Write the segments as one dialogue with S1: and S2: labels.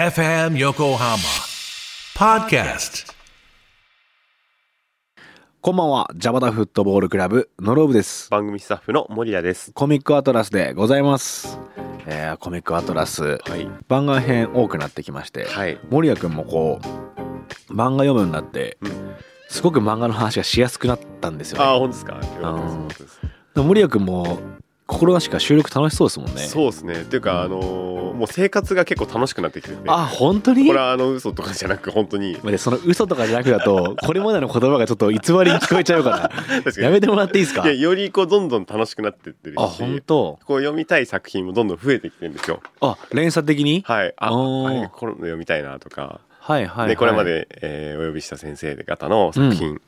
S1: FM Yokohama Podcast.
S2: こんばんは、ジャバダフットボールクラブのローブです。
S3: 番組スタッフの森谷です。
S2: コミックアトラスでございます。えーコミックアトラス、
S3: はい。
S2: 漫画編多くなってきまして、
S3: はい。
S2: 森谷くんもこう、漫画読むようになって、
S3: うん
S2: すごく漫画の話がしやすくなったんです
S3: ああ、
S2: よ
S3: 本当ですか。よかったです
S2: うん
S3: 本当です
S2: ね。森谷くんも、心なしか収録楽しそうですもんね。
S3: そうですね。っていうか、あのーもう生活が結構楽しくなってきてて。
S2: あ、本当に
S3: これはあの嘘とかじゃなく、本当に。
S2: でその嘘とかじゃなくだと、これまでの言葉がちょっと偽りに聞こえちゃうから、
S3: 確かに。
S2: やめてもらっていいですか
S3: いや、よりこう、どんどん楽しくなってってる
S2: あ、本
S3: し。
S2: 当
S3: こう読みたい作品もどんどん増えてきてるんですよ。
S2: あ、連鎖的に
S3: はい。あ、
S2: お
S3: あ
S2: ー
S3: れこれ読みたいなとか。
S2: はいはいはい。
S3: で、これまで、えーお呼びした先生方の作品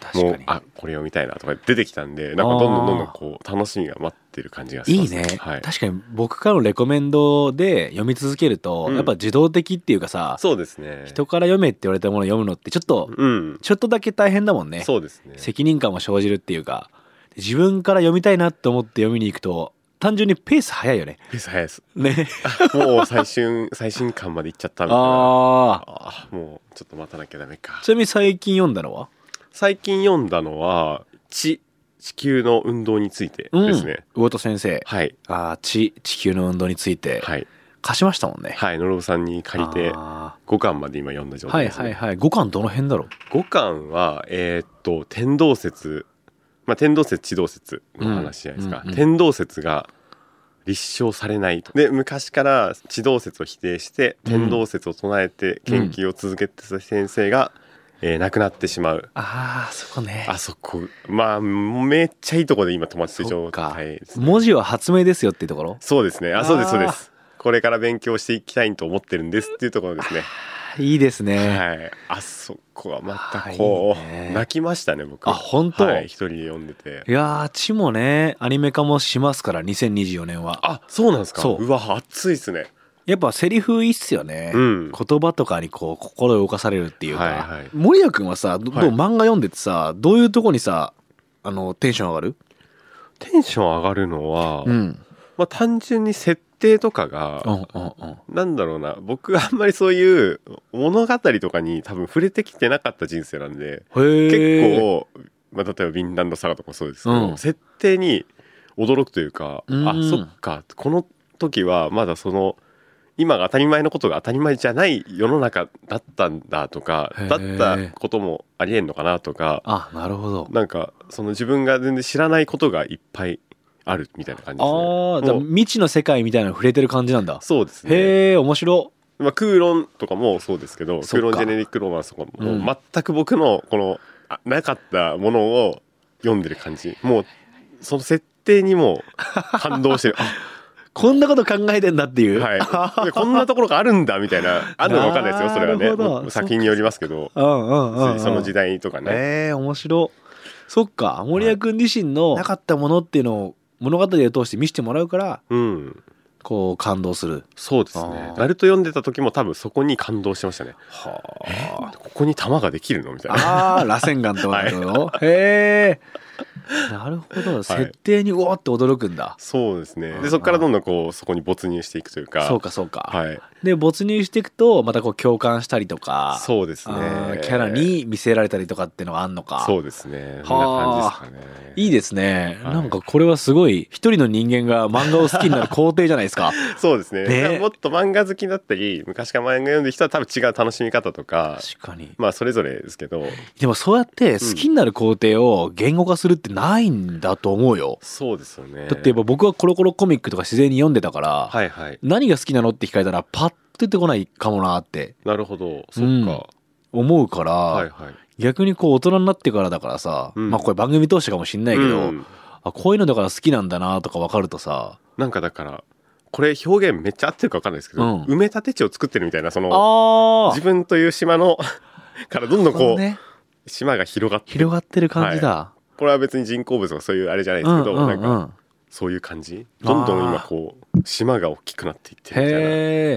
S2: 確
S3: も、
S2: かに
S3: あ、これ読みたいなとか出てきたんで、なんかどんどんどんどんこう、楽しみが待ってる感じがし
S2: い
S3: ま
S2: い
S3: す。
S2: ね、
S3: はい。
S2: 確かに僕からのレコメンドで読み続けると、
S3: うん
S2: やっぱ自動的っていうかさ、
S3: そうですね。
S2: 人から読めって言われたものを読むのってちょっと、
S3: うん。
S2: ちょっとだけ大変だもんね
S3: そうですね。
S2: 責任感も生じるっていうか自分から読みたいなと思って読みに行くと単純にペース早いよね
S3: ペース早いです。
S2: ね
S3: もう最新最新巻まで行っちゃったみたいな。
S2: ああ
S3: あーもうちょっと待たなきゃダメか
S2: ち。なみに最近読んだのは
S3: 最近読んだのは地地球の運動についてですね。
S2: 魚田先生
S3: はい
S2: あー地地球の運動について
S3: はい
S2: 貸しましたもんね、
S3: はいのろぶさんに借りて
S2: あ
S3: 五巻まで今読んだ
S2: ー
S3: 状
S2: は
S3: 態
S2: い
S3: です、ね。
S2: はいはい五巻どの辺だろう
S3: 五巻はえーっと天動説まあ天動説地動説の話じゃないですか。
S2: うんうんうん
S3: 天動説が立証されないとで昔から地動説を否定して天動説を唱えて研究を続けてた先生が、えー亡くなってしまう
S2: ああそこね
S3: あそこまあめっちゃいいとこで今止まって
S2: そ
S3: る状
S2: っか
S3: 態です
S2: 文字は発明ですよっていうところ
S3: そうですね
S2: あー
S3: あそうですそうですこれから勉強していきたいと思ってるんですっていうところですね
S2: いいですね、
S3: はいあそこはまたこ
S2: あー
S3: う
S2: いいね
S3: 泣きましたね僕
S2: あ本当
S3: はい一人で読んでて
S2: い、やー地もねアニメ化もしますから2024年は
S3: あそうなんですか
S2: そう
S3: うわ熱いですね
S2: やっぱセリフいいっすよね、
S3: うん
S2: 言葉とかにこう心動かされるっていうか、
S3: はいはい
S2: 森谷君はさど,どう、
S3: はい
S2: 漫画読んでてさどういうとこにさあのテンション上がる
S3: テンション上がるのは、
S2: うん
S3: まあ単純に設定とかが
S2: うんうんうん
S3: なんだろうな僕あんまりそういう物語とかに多分触れてきてなかった人生なんで結
S2: へえ
S3: 構、まあ、例えば「ヴィンランドサガ」とかもそうですけど、
S2: うん
S3: 設定に驚くというか、
S2: うん
S3: あそっかこの時はまだその今が当たり前のことが当たり前じゃない世の中だったんだとか
S2: へ
S3: だ
S2: ー
S3: ったこともありえんのかなとか
S2: あなるほど
S3: なんかその自分が全然知らないことがいっぱいあるみたいな感じですね。
S2: ああじゃあ
S3: もう
S2: 未知の世界みたいなの触れてる感じなんだ、
S3: そうですね、
S2: へえ面白
S3: まあ、クーロンとかもそうですけど
S2: そっ
S3: ク
S2: か
S3: ーロンジェネリックロマンスとかも,、
S2: うん
S3: 全く僕のこのあなかったものを読んでる感じもうその設定にもう感動してる あ
S2: こんなこと考えてんだっていう、
S3: はいでこんなところがあるんだみたいなあるのか分かんないですよそれは
S2: な
S3: ね
S2: るほど
S3: もう作品によりますけど
S2: うんうんうん、うん、
S3: その時代とかね、
S2: ええ面白そっか森谷君自身のなかったものっていうのを物語を通して見せてもらうから
S3: うん
S2: こう感動す る
S3: そうです
S2: あ
S3: ね
S2: ー
S3: ナルト読んでた時も多分そこに感動してましたね
S2: は
S3: ここに玉ができるのみたいな
S2: ああー螺旋岩ってことだよ、へえなるほど設定にうおーって驚くんだ、
S3: そうですね
S2: あー
S3: でそこからどんどんこうそこに没入していくというか
S2: そうかそうか、
S3: はい
S2: で没入していくとまたこう共感したりとか
S3: そうです
S2: あ
S3: ね
S2: ーキャラに見せられたりとかっていうのがあんのか
S3: そうですね。そん
S2: は
S3: な
S2: あ
S3: 感じですかね。
S2: いいですね、
S3: はい
S2: なんかこれはすごい一人の人間が漫画を好きになる工程じゃないです か
S3: そうですね。
S2: ね
S3: もっと漫画好きだったり、昔から漫画読んでる人は多分違う楽しみ方とか、
S2: 確かに
S3: まあそれぞれですけど、
S2: でもそうやって好きになる工程を言語化するってないんだと思うよ。
S3: そうですよね。
S2: だってやっぱ僕はコロコロコミックとか自然に読んでたから、
S3: はいはい。
S2: 何が好きなのって聞かれたらパッと出てこないかもなって
S3: なるほど。そっ
S2: うん
S3: か。
S2: 思うから、
S3: はいはい。
S2: 逆にこう大人になってからだからさ、
S3: うん
S2: まあこれ番組通してかもしんないけど、
S3: うん
S2: あこういうのだから好きなんだなとか分かるとさ、
S3: なんかだから、これ表現めっちゃ合ってるか分かんないですけど、
S2: うん
S3: 埋め立て地を作ってるみたいな、その、
S2: あ
S3: 自分という島 の、からどんどんこう、
S2: ね、
S3: 島が広がって、
S2: 広がってる感じだ。
S3: これは別に人工物とかそういうあれじゃないで
S2: う
S3: す
S2: ん
S3: け
S2: う
S3: ど、
S2: ん
S3: なんか、
S2: うん。
S3: そういう感じどんどん今こう島が大きくなっていってるみたいな
S2: へ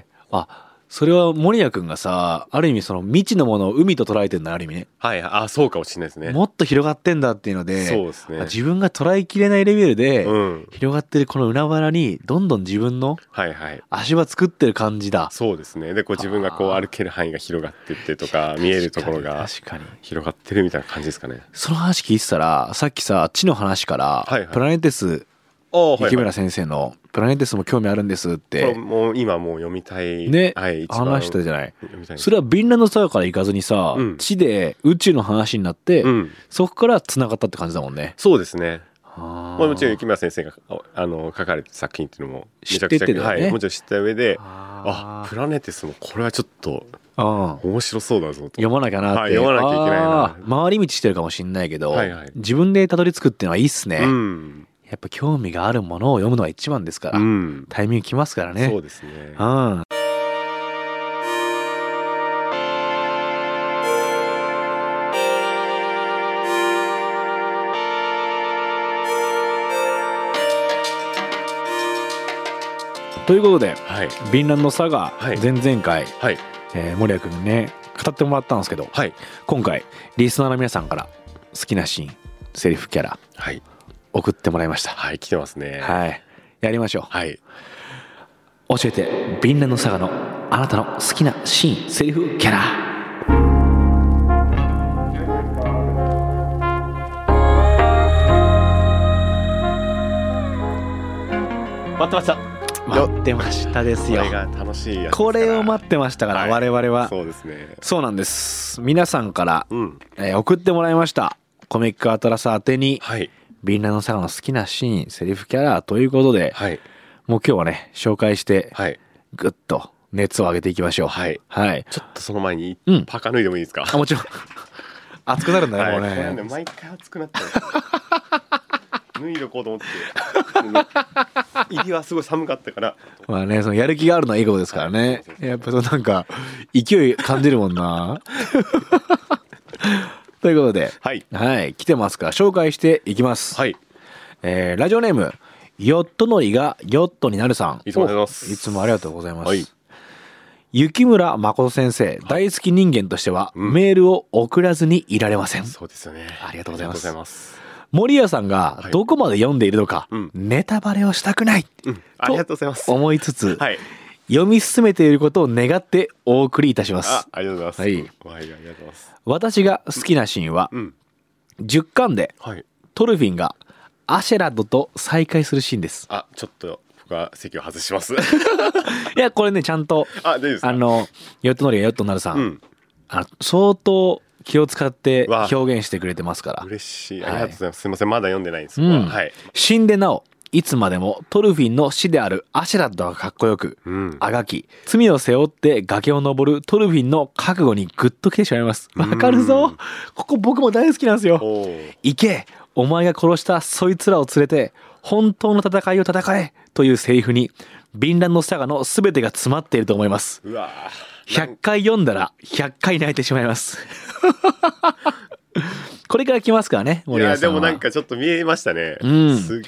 S2: え。あそれは森谷君がさある意味その未知のものを海と捉えてるんだある意味ね
S3: はいあそうかもしれないですね
S2: もっと広がってんだっていうので
S3: そうですね
S2: 自分が捉えきれないレベルで、
S3: うん
S2: 広がってるこの海原にどんどん自分の
S3: はいはい
S2: 足場作ってる感じだ
S3: そうですねでこう自分がこう
S2: あー
S3: 歩ける範囲が広がってってとか見えるところ
S2: 確
S3: が
S2: かに確かに
S3: 広がってるみたいな感じですかね
S2: その話聞いてたらさっきさ地の話から、
S3: はいはい
S2: プラネテス
S3: あ
S2: 池村先生の「プラネテスも興味あるんです」っ
S3: これ
S2: て
S3: もう今もう読みたい
S2: ね
S3: はい一番
S2: 話したじゃない
S3: 読みたい
S2: それはビンランドサガから行かずにさ、
S3: うん
S2: 地で宇宙の話になって、
S3: うん
S2: そこから繋がったって感じだもんね。
S3: そうですね
S2: あ
S3: まあ、もちろん雪村先生がああの書かれてた作品っていうのもめちゃく
S2: 知
S3: ち
S2: って
S3: ゃ、
S2: てだよね
S3: はい、もちろん知った上であ
S2: あ
S3: プラネテスもこれはちょっと
S2: ーうん
S3: 面白そうだぞと
S2: 読まなきゃなって、
S3: はい読まなきゃいけないな
S2: あー回り道してるかもしんないけど、
S3: はいはい
S2: 自分でたどり着くっていうのはいいっすね、
S3: うん、
S2: やっぱ興味があるものを読むのが一番ですから、
S3: うん、
S2: タイミングきますからね
S3: そうですね
S2: うんということで
S3: はい
S2: 「ビンランドサガ」
S3: はい
S2: 前々回、
S3: はい
S2: えー森谷君ね語ってもらったんですけど
S3: はい
S2: 今回リスナーの皆さんから好きなシーンセリフキャラ
S3: はい
S2: 送ってもらいました
S3: はい来てますね
S2: はいやりましょう
S3: はい
S2: 教えてビンランドサガのあなたの好きなシーンセリフキャラ
S3: 待ってましたよ
S2: 待ってましたです
S3: こ
S2: よ
S3: れが楽しいやつですから
S2: これを待ってましたから、
S3: はい
S2: 我々はそう
S3: そうですね
S2: なんです皆さんから、
S3: うん
S2: えー送ってもらいましたコミックアトラス宛てに
S3: はい
S2: ビンランドサガの好きなシーンセリフキャラということで、
S3: はい
S2: もう今日はね紹介して
S3: はい
S2: ぐっと熱を上げていきましょう
S3: はい
S2: はい
S3: ちょっとその前に
S2: うん
S3: パカ脱いでもいいですか、
S2: あもちろん 熱くなるんだ
S3: は
S2: ね、
S3: いこれ
S2: もう
S3: ね
S2: ね
S3: 毎回熱くなっちゃう脱いでこ うと思って入りはすごい寒かったから
S2: まあねそのやる気があるのはいいことですからねやっぱそうなんか勢い感じるもん なということで
S3: はい
S2: はい来てますから紹介していきます、
S3: はい
S2: えーラジオネームヨットのりがヨットになるさん
S3: いつもありがとうございます
S2: おいつもありがとうございます、
S3: はい
S2: 雪村誠先生大好き人間としては、
S3: うん
S2: メールを送らずにいられません
S3: そうですよね
S2: ありがとうございます
S3: ありがとうございます
S2: 森谷さんが
S3: はい
S2: どこまで読んでいるのか、
S3: うん
S2: ネタバレをしたくない
S3: うんありがとうございます
S2: 思いつつ、
S3: はい
S2: 読み進めていることを願ってお送りいたしま
S3: あ
S2: す
S3: ありがとうございますはい、ありがとうございます
S2: 私が好きなシーンは
S3: うん
S2: 10巻で
S3: はい
S2: トルフィンがアシェラッドと再会するシーンです
S3: あちょっと僕は席を外し ます
S2: いやこれねちゃんと
S3: あ大丈夫ですか
S2: あのヨットノリがヨットなるさん、
S3: うん
S2: あの相当気を使って
S3: わあ
S2: 表現してくれてますから
S3: 嬉しい
S2: はい
S3: ありがとうございます、すいませんまだ読んでないんです
S2: うん
S3: そこははい
S2: 死んでなおいつまでもトルフィンの死であるアシェラッドがかっこよく
S3: うん
S2: あがき罪を背負って崖を登るトルフィンの覚悟にグッときてしまいますわかる
S3: う
S2: ぞ
S3: ん
S2: ここ僕も大好きなんですよ
S3: おー
S2: 行けお前が殺したそいつらを連れて本当の戦いを戦えというセリフにビンランドサガの全てが詰まっていると思います
S3: うわーなん
S2: 100回読んだら100回泣いてしまいます これから来ますからね
S3: い
S2: 森
S3: や
S2: 谷さ
S3: で
S2: んは
S3: もなんかちょっと見えましたね
S2: うん
S3: す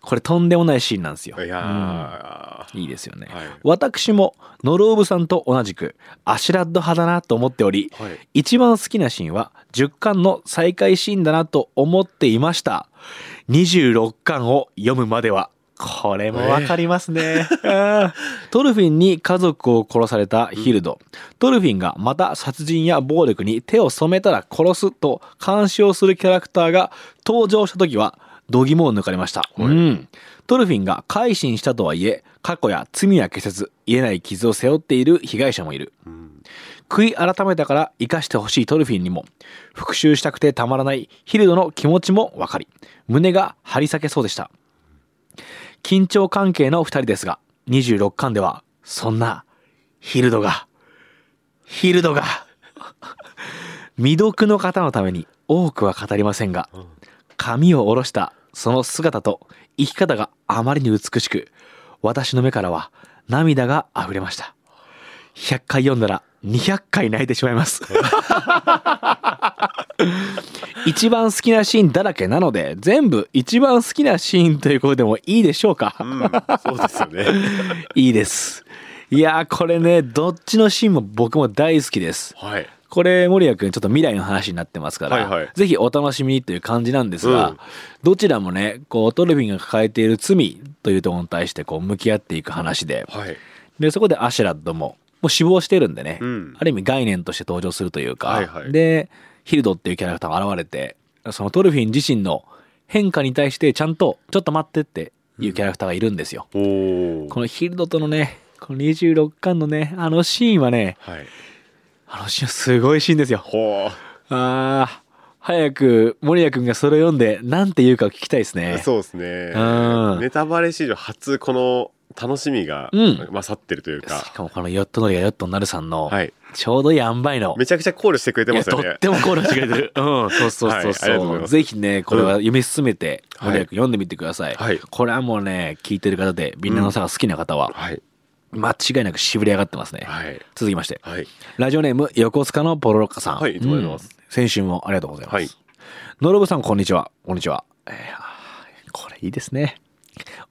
S2: これとんでもないシーンなんですよ
S3: いやー
S2: うんいいですよね、
S3: はい
S2: 私もノローブさんと同じくアシュラッド派だなと思っており、
S3: はい
S2: 一番好きなシーンは10巻の再開シーンだなと思っていました26巻を読むまではこれもわかりますね、うん トルフィンに家族を殺されたヒルド、トルフィンがまた殺人や暴力に手を染めたら殺すと監視をするキャラクターが登場した時は度肝を抜かれました、
S3: は
S2: う
S3: い
S2: んトルフィンが改心したとはいえ過去や罪は消せず癒えない傷を背負っている被害者もいる
S3: うん
S2: 悔い改めたから生かしてほしいトルフィンにも復讐したくてたまらないヒルドの気持ちも分かり胸が張り裂けそうでした緊張関係の2人ですが26巻ではそんなヒルドがヒルドが未読の方のために多くは語りませんが
S3: うん
S2: 髪を下ろしたその姿と生き方があまりに美しく私の目からは涙が溢れました100回読んだら200回泣いてしまいます 一番好きなシーンだらけなので全部一番好きなシーンということでもいいでしょうか、
S3: うん、そうですよね。
S2: いいですいやーこれねどっちのシーンも僕も大好きです
S3: はい
S2: これ森谷君ちょっと未来の話になってますから、
S3: はいはい
S2: ぜひお楽しみにという感じなんですが、
S3: うん
S2: どちらもねこうトルビンが抱えている罪というところに対してこう向き合っていく話で
S3: はい
S2: でそこでアシュラッドももう死亡してるんでね、
S3: うん
S2: ある意味概念として登場するというか、
S3: はいはい
S2: でヒルドっていうキャラクターが現れてそのトルフィン自身の変化に対してちゃんとちょっと待ってっていうキャラクターがいるんですよ、
S3: おお
S2: このヒルドとのねこの26巻のねあのシーンはね
S3: はい
S2: あのシーンはすごいシーンですよ
S3: ほ
S2: あー早く森谷君がそれ読んでなんて言うか聞きたいです
S3: う
S2: ね
S3: そうですね
S2: うん
S3: ネタバレ史上初この楽しみが
S2: うん
S3: 勝ってるという
S2: し
S3: か、
S2: かもこのヨットノリがヨットになるさんの
S3: はい
S2: ちょうどいい塩梅の
S3: めちゃくちゃ考慮してくれて
S2: いや
S3: ますよ
S2: と
S3: ね
S2: っても考慮してくれて る。うん、そうそうそう
S3: はいありが
S2: そ
S3: とう
S2: う、
S3: ございます
S2: ぜひね、これは読み進めて、
S3: うん
S2: 森谷君読んでみてください,、
S3: はい
S2: これはもうね、聞いてる方で、みんなのさが好きな方は、
S3: はい
S2: 間違いなくしぶれ上がってますね。
S3: はい
S2: 続きまして、
S3: はい
S2: ラジオネーム、横須賀のポロロッカさん。
S3: はいいつもありがとうございま
S2: う
S3: す
S2: ん先週もありがとうございます。
S3: はい
S2: ノロブさん、こんにちは。こんにちは。えーあーこれいいですね。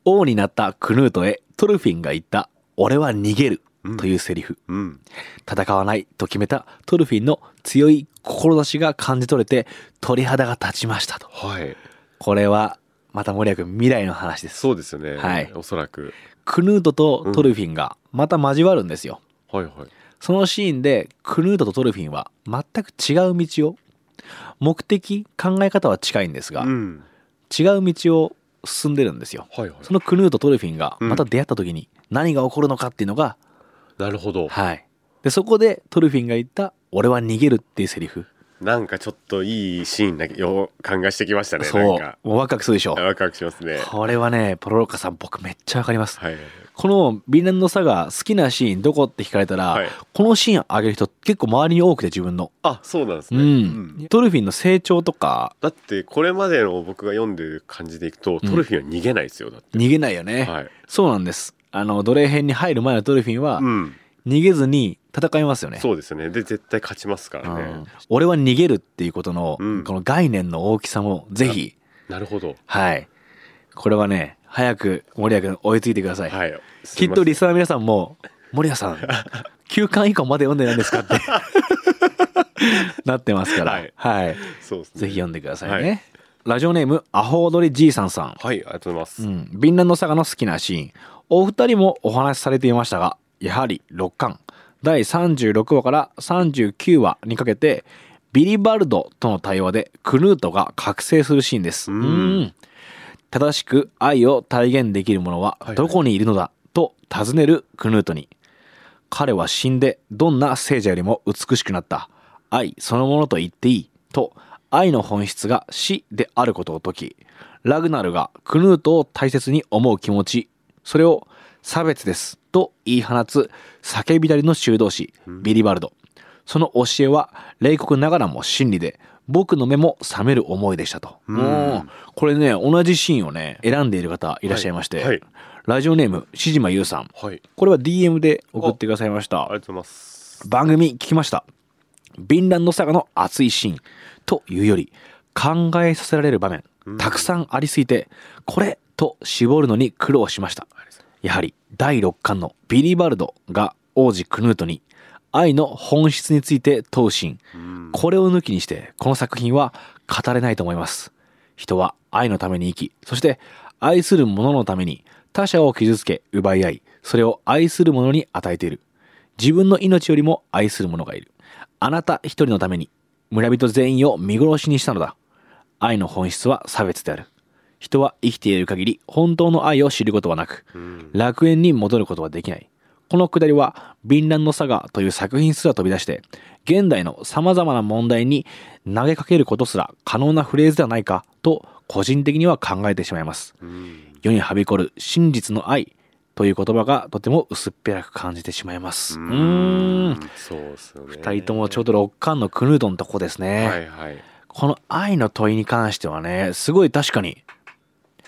S2: 王になったクヌートへ、トルフィンが言った、俺は逃げる、というセリフ。
S3: うん
S2: 戦わないと決めたトルフィンの強い志が感じ取れて鳥肌が立ちましたと
S3: はい
S2: これはまた森谷君未来の話です
S3: そうですよね
S2: はい
S3: おそらく
S2: クヌートとトルフィンがまた交わるんですよ、
S3: はいはい
S2: そのシーンでクヌートとトルフィンは全く違う道を目的考え方は近いんですが、
S3: うん
S2: 違う道を進んでるんですよ
S3: はいはい
S2: そのクヌートとトルフィンが
S3: うん
S2: また出会った時に何が起こるのかっていうのが、
S3: なるほど
S2: はいでそこでトルフィンが言った「俺は逃げる」っていうセリフ
S3: なんかちょっといいシーンだけよ考えしてきましたね
S2: そう
S3: なんか
S2: もうワクワクするでしょ
S3: ワクワクしますね
S2: これはねポロロッカさん僕めっちゃわかります、
S3: はい
S2: この「ビーナンの差が好きなシーンどこ?」って聞かれたら、
S3: はい
S2: このシーンあげる人結構周りに多くて自分の、
S3: あそうなんです
S2: う
S3: ね
S2: ん
S3: うん
S2: トルフィンの成長とか
S3: だってこれまでの僕が読んでる感じでいくとトルフィンは逃げないですよだって
S2: 逃げないよね、
S3: はい
S2: そうなんですあの奴隷編に入る前のトルフィンは
S3: うん
S2: 逃げずに戦いますよね、
S3: そうですよねで絶対勝ちますか
S2: う
S3: らね
S2: ん俺は逃げるっていうことの、
S3: うん
S2: この概念の大きさもぜひ
S3: なるほど
S2: はいこれはね早く森谷君追いついてください
S3: はいす
S2: き
S3: い
S2: っ
S3: ま
S2: と
S3: せん
S2: リスナーの皆さんも「森谷さ ん9巻以降まで読んでないんですか?」ってなってますから、は
S3: はいいそうですね
S2: ぜひ読んでください
S3: は
S2: ね、ラジオネームアホ踊りじいさんさん、
S3: はいありがと
S2: う
S3: うございます
S2: ん、ビンランドサガの好きなシーンお二人もお話しされていましたがやはり6巻第36話から39話にかけてビリバルドとの対話でクヌートが覚醒するシーンです
S3: うん
S2: うん正しく愛を体現できる者はい
S3: はい
S2: どこにいるのだと尋ねるクヌートに彼は死んでどんな聖者よりも美しくなった愛そのものと言っていいと愛の本質が死であることを説きラグナルがクヌートを大切に思う気持ちそれを差別ですと言い放つ叫びだりの修道士ビリバルドその教えは冷酷ながらも真理で僕の目も覚める思いでしたと、
S3: うん
S2: うんこれね同じシーンをね選んでいる方いらっしゃいまして、
S3: はいはい
S2: ラジオネームしじまゆうさん
S3: はい
S2: これは DM で送ってくださいました
S3: ありがとうございます
S2: 番組聞きましたビンランドサガの熱いシーンというより考えさせられる場面たくさんありすぎてこれと絞るのに苦労しましたやはり第6巻のビリバルドが王子クヌートに愛の本質について問うシーン
S3: うん
S2: これを抜きにしてこの作品は語れないと思います人は愛のために生きそして愛する者のために他者を傷つけ奪い合いそれを愛する者に与えている自分の命よりも愛する者がいるあなた一人のために村人全員を見殺しにしたのだ愛の本質は差別である人は生きている限り本当の愛を知ることはなく
S3: うん
S2: 楽園に戻ることはできない。このくだりは、ビンランドサガという作品すら飛び出して、現代の様々な問題に投げかけることすら可能なフレーズではないかと、個人的には考えてしまいます。
S3: うん
S2: 世にはびこる真実の愛という言葉がとても薄っぺらく感じてしまいます。うーん。
S3: そうですよね
S2: 二人ともちょうど6巻のクヌートンのとこですね。
S3: はいはい
S2: この愛の問いに関してはね、すごい確かに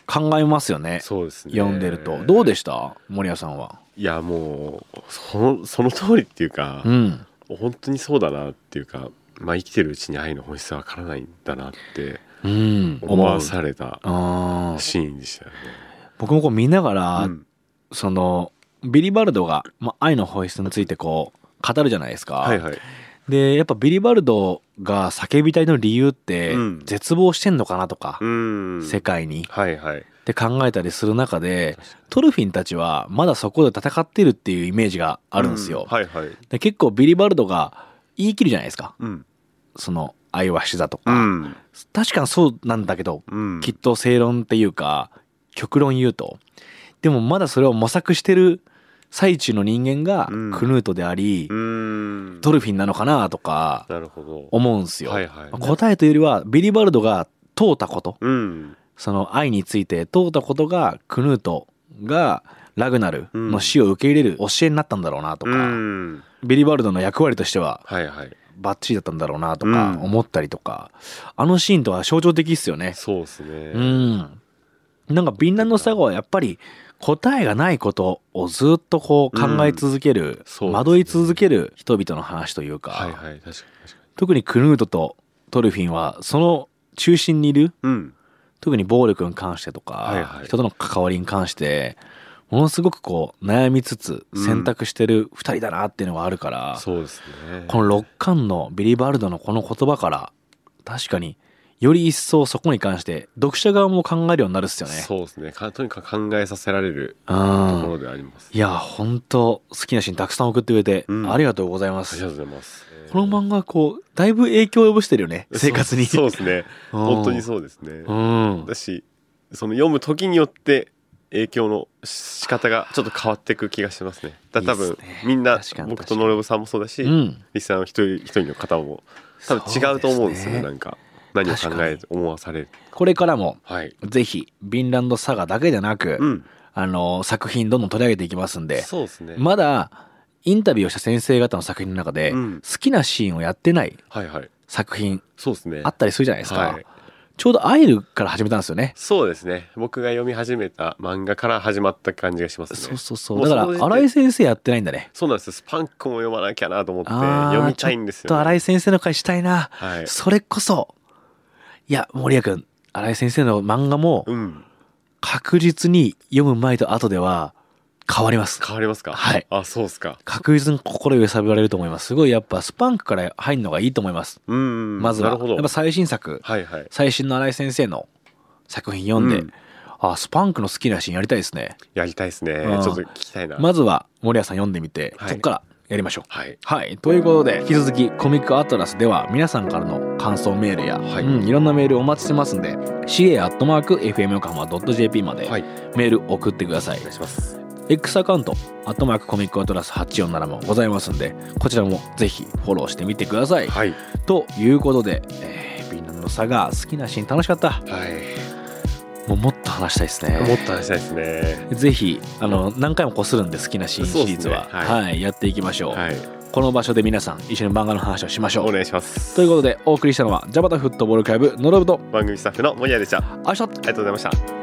S2: 考えますよね。
S3: そうですね
S2: 読んでると。どうでした森谷さんは。
S3: いやもうそのその通りっていうか
S2: う、ん。
S3: 本当にそうだなっていうか、まあ、生きてるうちに愛の本質はわからないんだなって
S2: うん、
S3: 思わ
S2: う
S3: された
S2: あー
S3: シーンでしたよね。
S2: 僕もこう見ながら、
S3: うん
S2: そのビリバルドが、まあ、愛の本質についてこう語るじゃないですか、
S3: はいはい
S2: でやっぱビリバルドが叫びたいの理由って、
S3: うん
S2: 絶望してんのかなとか
S3: う、ん
S2: 世界に
S3: はいはい
S2: って考えたりする中でトルフィンたちはまだそこで戦ってるっていうイメージがあるんですよ、
S3: うはいはい
S2: で結構ビリバルドが言い切るじゃないですか
S3: うん
S2: その愛は死だとか、
S3: うん
S2: 確かにそうなんだけど
S3: うん
S2: きっと正論っていうか極論言うとでもまだそれを模索してる最中の人間が
S3: うん
S2: クヌートであり、
S3: うん
S2: ドルフィンなのかなとか
S3: なるほど
S2: 思うんすよ、
S3: はいはい
S2: 答えというよりはビリバルドが問うたこと
S3: うん
S2: その愛について問うたことがクヌートがラグナルの死を受け入れる教えになったんだろうなとか、
S3: うん
S2: ビリバルドの役割としては
S3: はいはい
S2: バッチリだったんだろうなとか
S3: うん
S2: 思ったりとか、あのシーンとは象徴的っすよね
S3: そうですね
S2: うん。なんか、ビンランドサガはやっぱり答えがないことをずっとこう考え続ける、
S3: そうですね
S2: 惑い続ける人々の話というか、
S3: はいはい確かに確かに
S2: 特にクヌートとトルフィンはその中心にいる、
S3: うん
S2: 特に暴力に関してとか、
S3: はいはい
S2: 人との関わりに関して、ものすごくこう悩みつつ
S3: うん
S2: 選択してる二人だなっていうのがあるから、
S3: そうですね
S2: この六巻のビリバルドのこの言葉から確かにより一層そこに関して読者側も考えるようになるっすよね。
S3: そうですねかとにかく考えさせられる
S2: う
S3: とこ
S2: ん
S3: ろであります、
S2: いや本当好きなシーンたくさん送ってくれて、
S3: うん
S2: ありがとうございま
S3: あり
S2: す
S3: がとうございます
S2: この漫画はこうだいぶ影響を及ぼしてるよね生活に
S3: そうそうですね
S2: うん
S3: 本当にそうですね
S2: うん
S3: だしその読む時によって影響の仕方がちょっと変わっていく気がしますねだから多
S2: いいっ
S3: 分
S2: すね
S3: みんな
S2: 確かに
S3: 僕とノレブさんもそうだし、
S2: うん
S3: リスナーの一人一人の方も多分違うと思うんですよね
S2: そ
S3: な
S2: うで
S3: んか何を考
S2: 確
S3: えて思わされる
S2: これからも
S3: はい
S2: ぜひ「ビンランドサガ」だけじゃなく、
S3: うん
S2: あの作品どんどん取り上げていきますんで
S3: そうですね、
S2: まだインタビューをした先生方の作品の中で、
S3: うん
S2: 好きなシーンをやってない
S3: はいはい
S2: 作品
S3: そうですね
S2: あったりするじゃないですか、
S3: はい
S2: ちょうど「アイル」から始めたんですよね
S3: そうですね僕が読み始めた漫画から始まった感じがしますね
S2: そうそうそう
S3: も
S2: だか
S3: の時
S2: ら
S3: 点で
S2: 新井先生やってないんだね
S3: そうなんですスパンコも読まなきゃなと思って
S2: あー
S3: 読みたいんです
S2: ちょっと
S3: よ、
S2: 新
S3: ね、
S2: 井先生の会したいな、
S3: はい
S2: それこそいや森谷君新井先生の漫画も
S3: うん
S2: 確実に読む前と後では変わります
S3: 変わりますか
S2: はい
S3: あそうですか
S2: 確実に心揺さぶられると思いますすごいやっぱスパンクから入るのがいいと思います
S3: うんうん
S2: まずは
S3: なるほど
S2: やっぱ最新作
S3: はいはい
S2: 最新の新井先生の作品読んで、
S3: うん
S2: あスパンクの好きなシーンやりたいですね
S3: やりたいですね
S2: うん
S3: ちょっと聞きたいな
S2: まずは森谷さん読んでみて、
S3: はい
S2: そっからやりましょう
S3: はい
S2: はい。ということで、引き続きコミックアトラスでは皆さんからの感想メールや、
S3: はい
S2: いうん、いろんなメールお待ちしてますんで、ca.fmyokohama.jp まで
S3: はい
S2: メール送ってください。
S3: お願いします
S2: X アカウント、アットマークコミックアトラス847もございますんで、こちらもぜひフォローしてみてください。
S3: はい
S2: ということで、えー、ビンナの差が好きなシーン楽しかった。
S3: はい
S2: もうもっと話したいです
S3: もっ
S2: ね。
S3: と話したいですね
S2: ぜひ、あの、何回もこするんで好きなシーンシリーズは、
S3: そうですねは
S2: はい、やっていきましょう、
S3: はい
S2: この場所で皆さん一緒に漫画の話をしましょう
S3: お。願いします
S2: ということでお送りしたのはジャバタフットボールクラブノロブと
S3: 番組スタッフの森谷でしたあり
S2: 明日
S3: がとうございました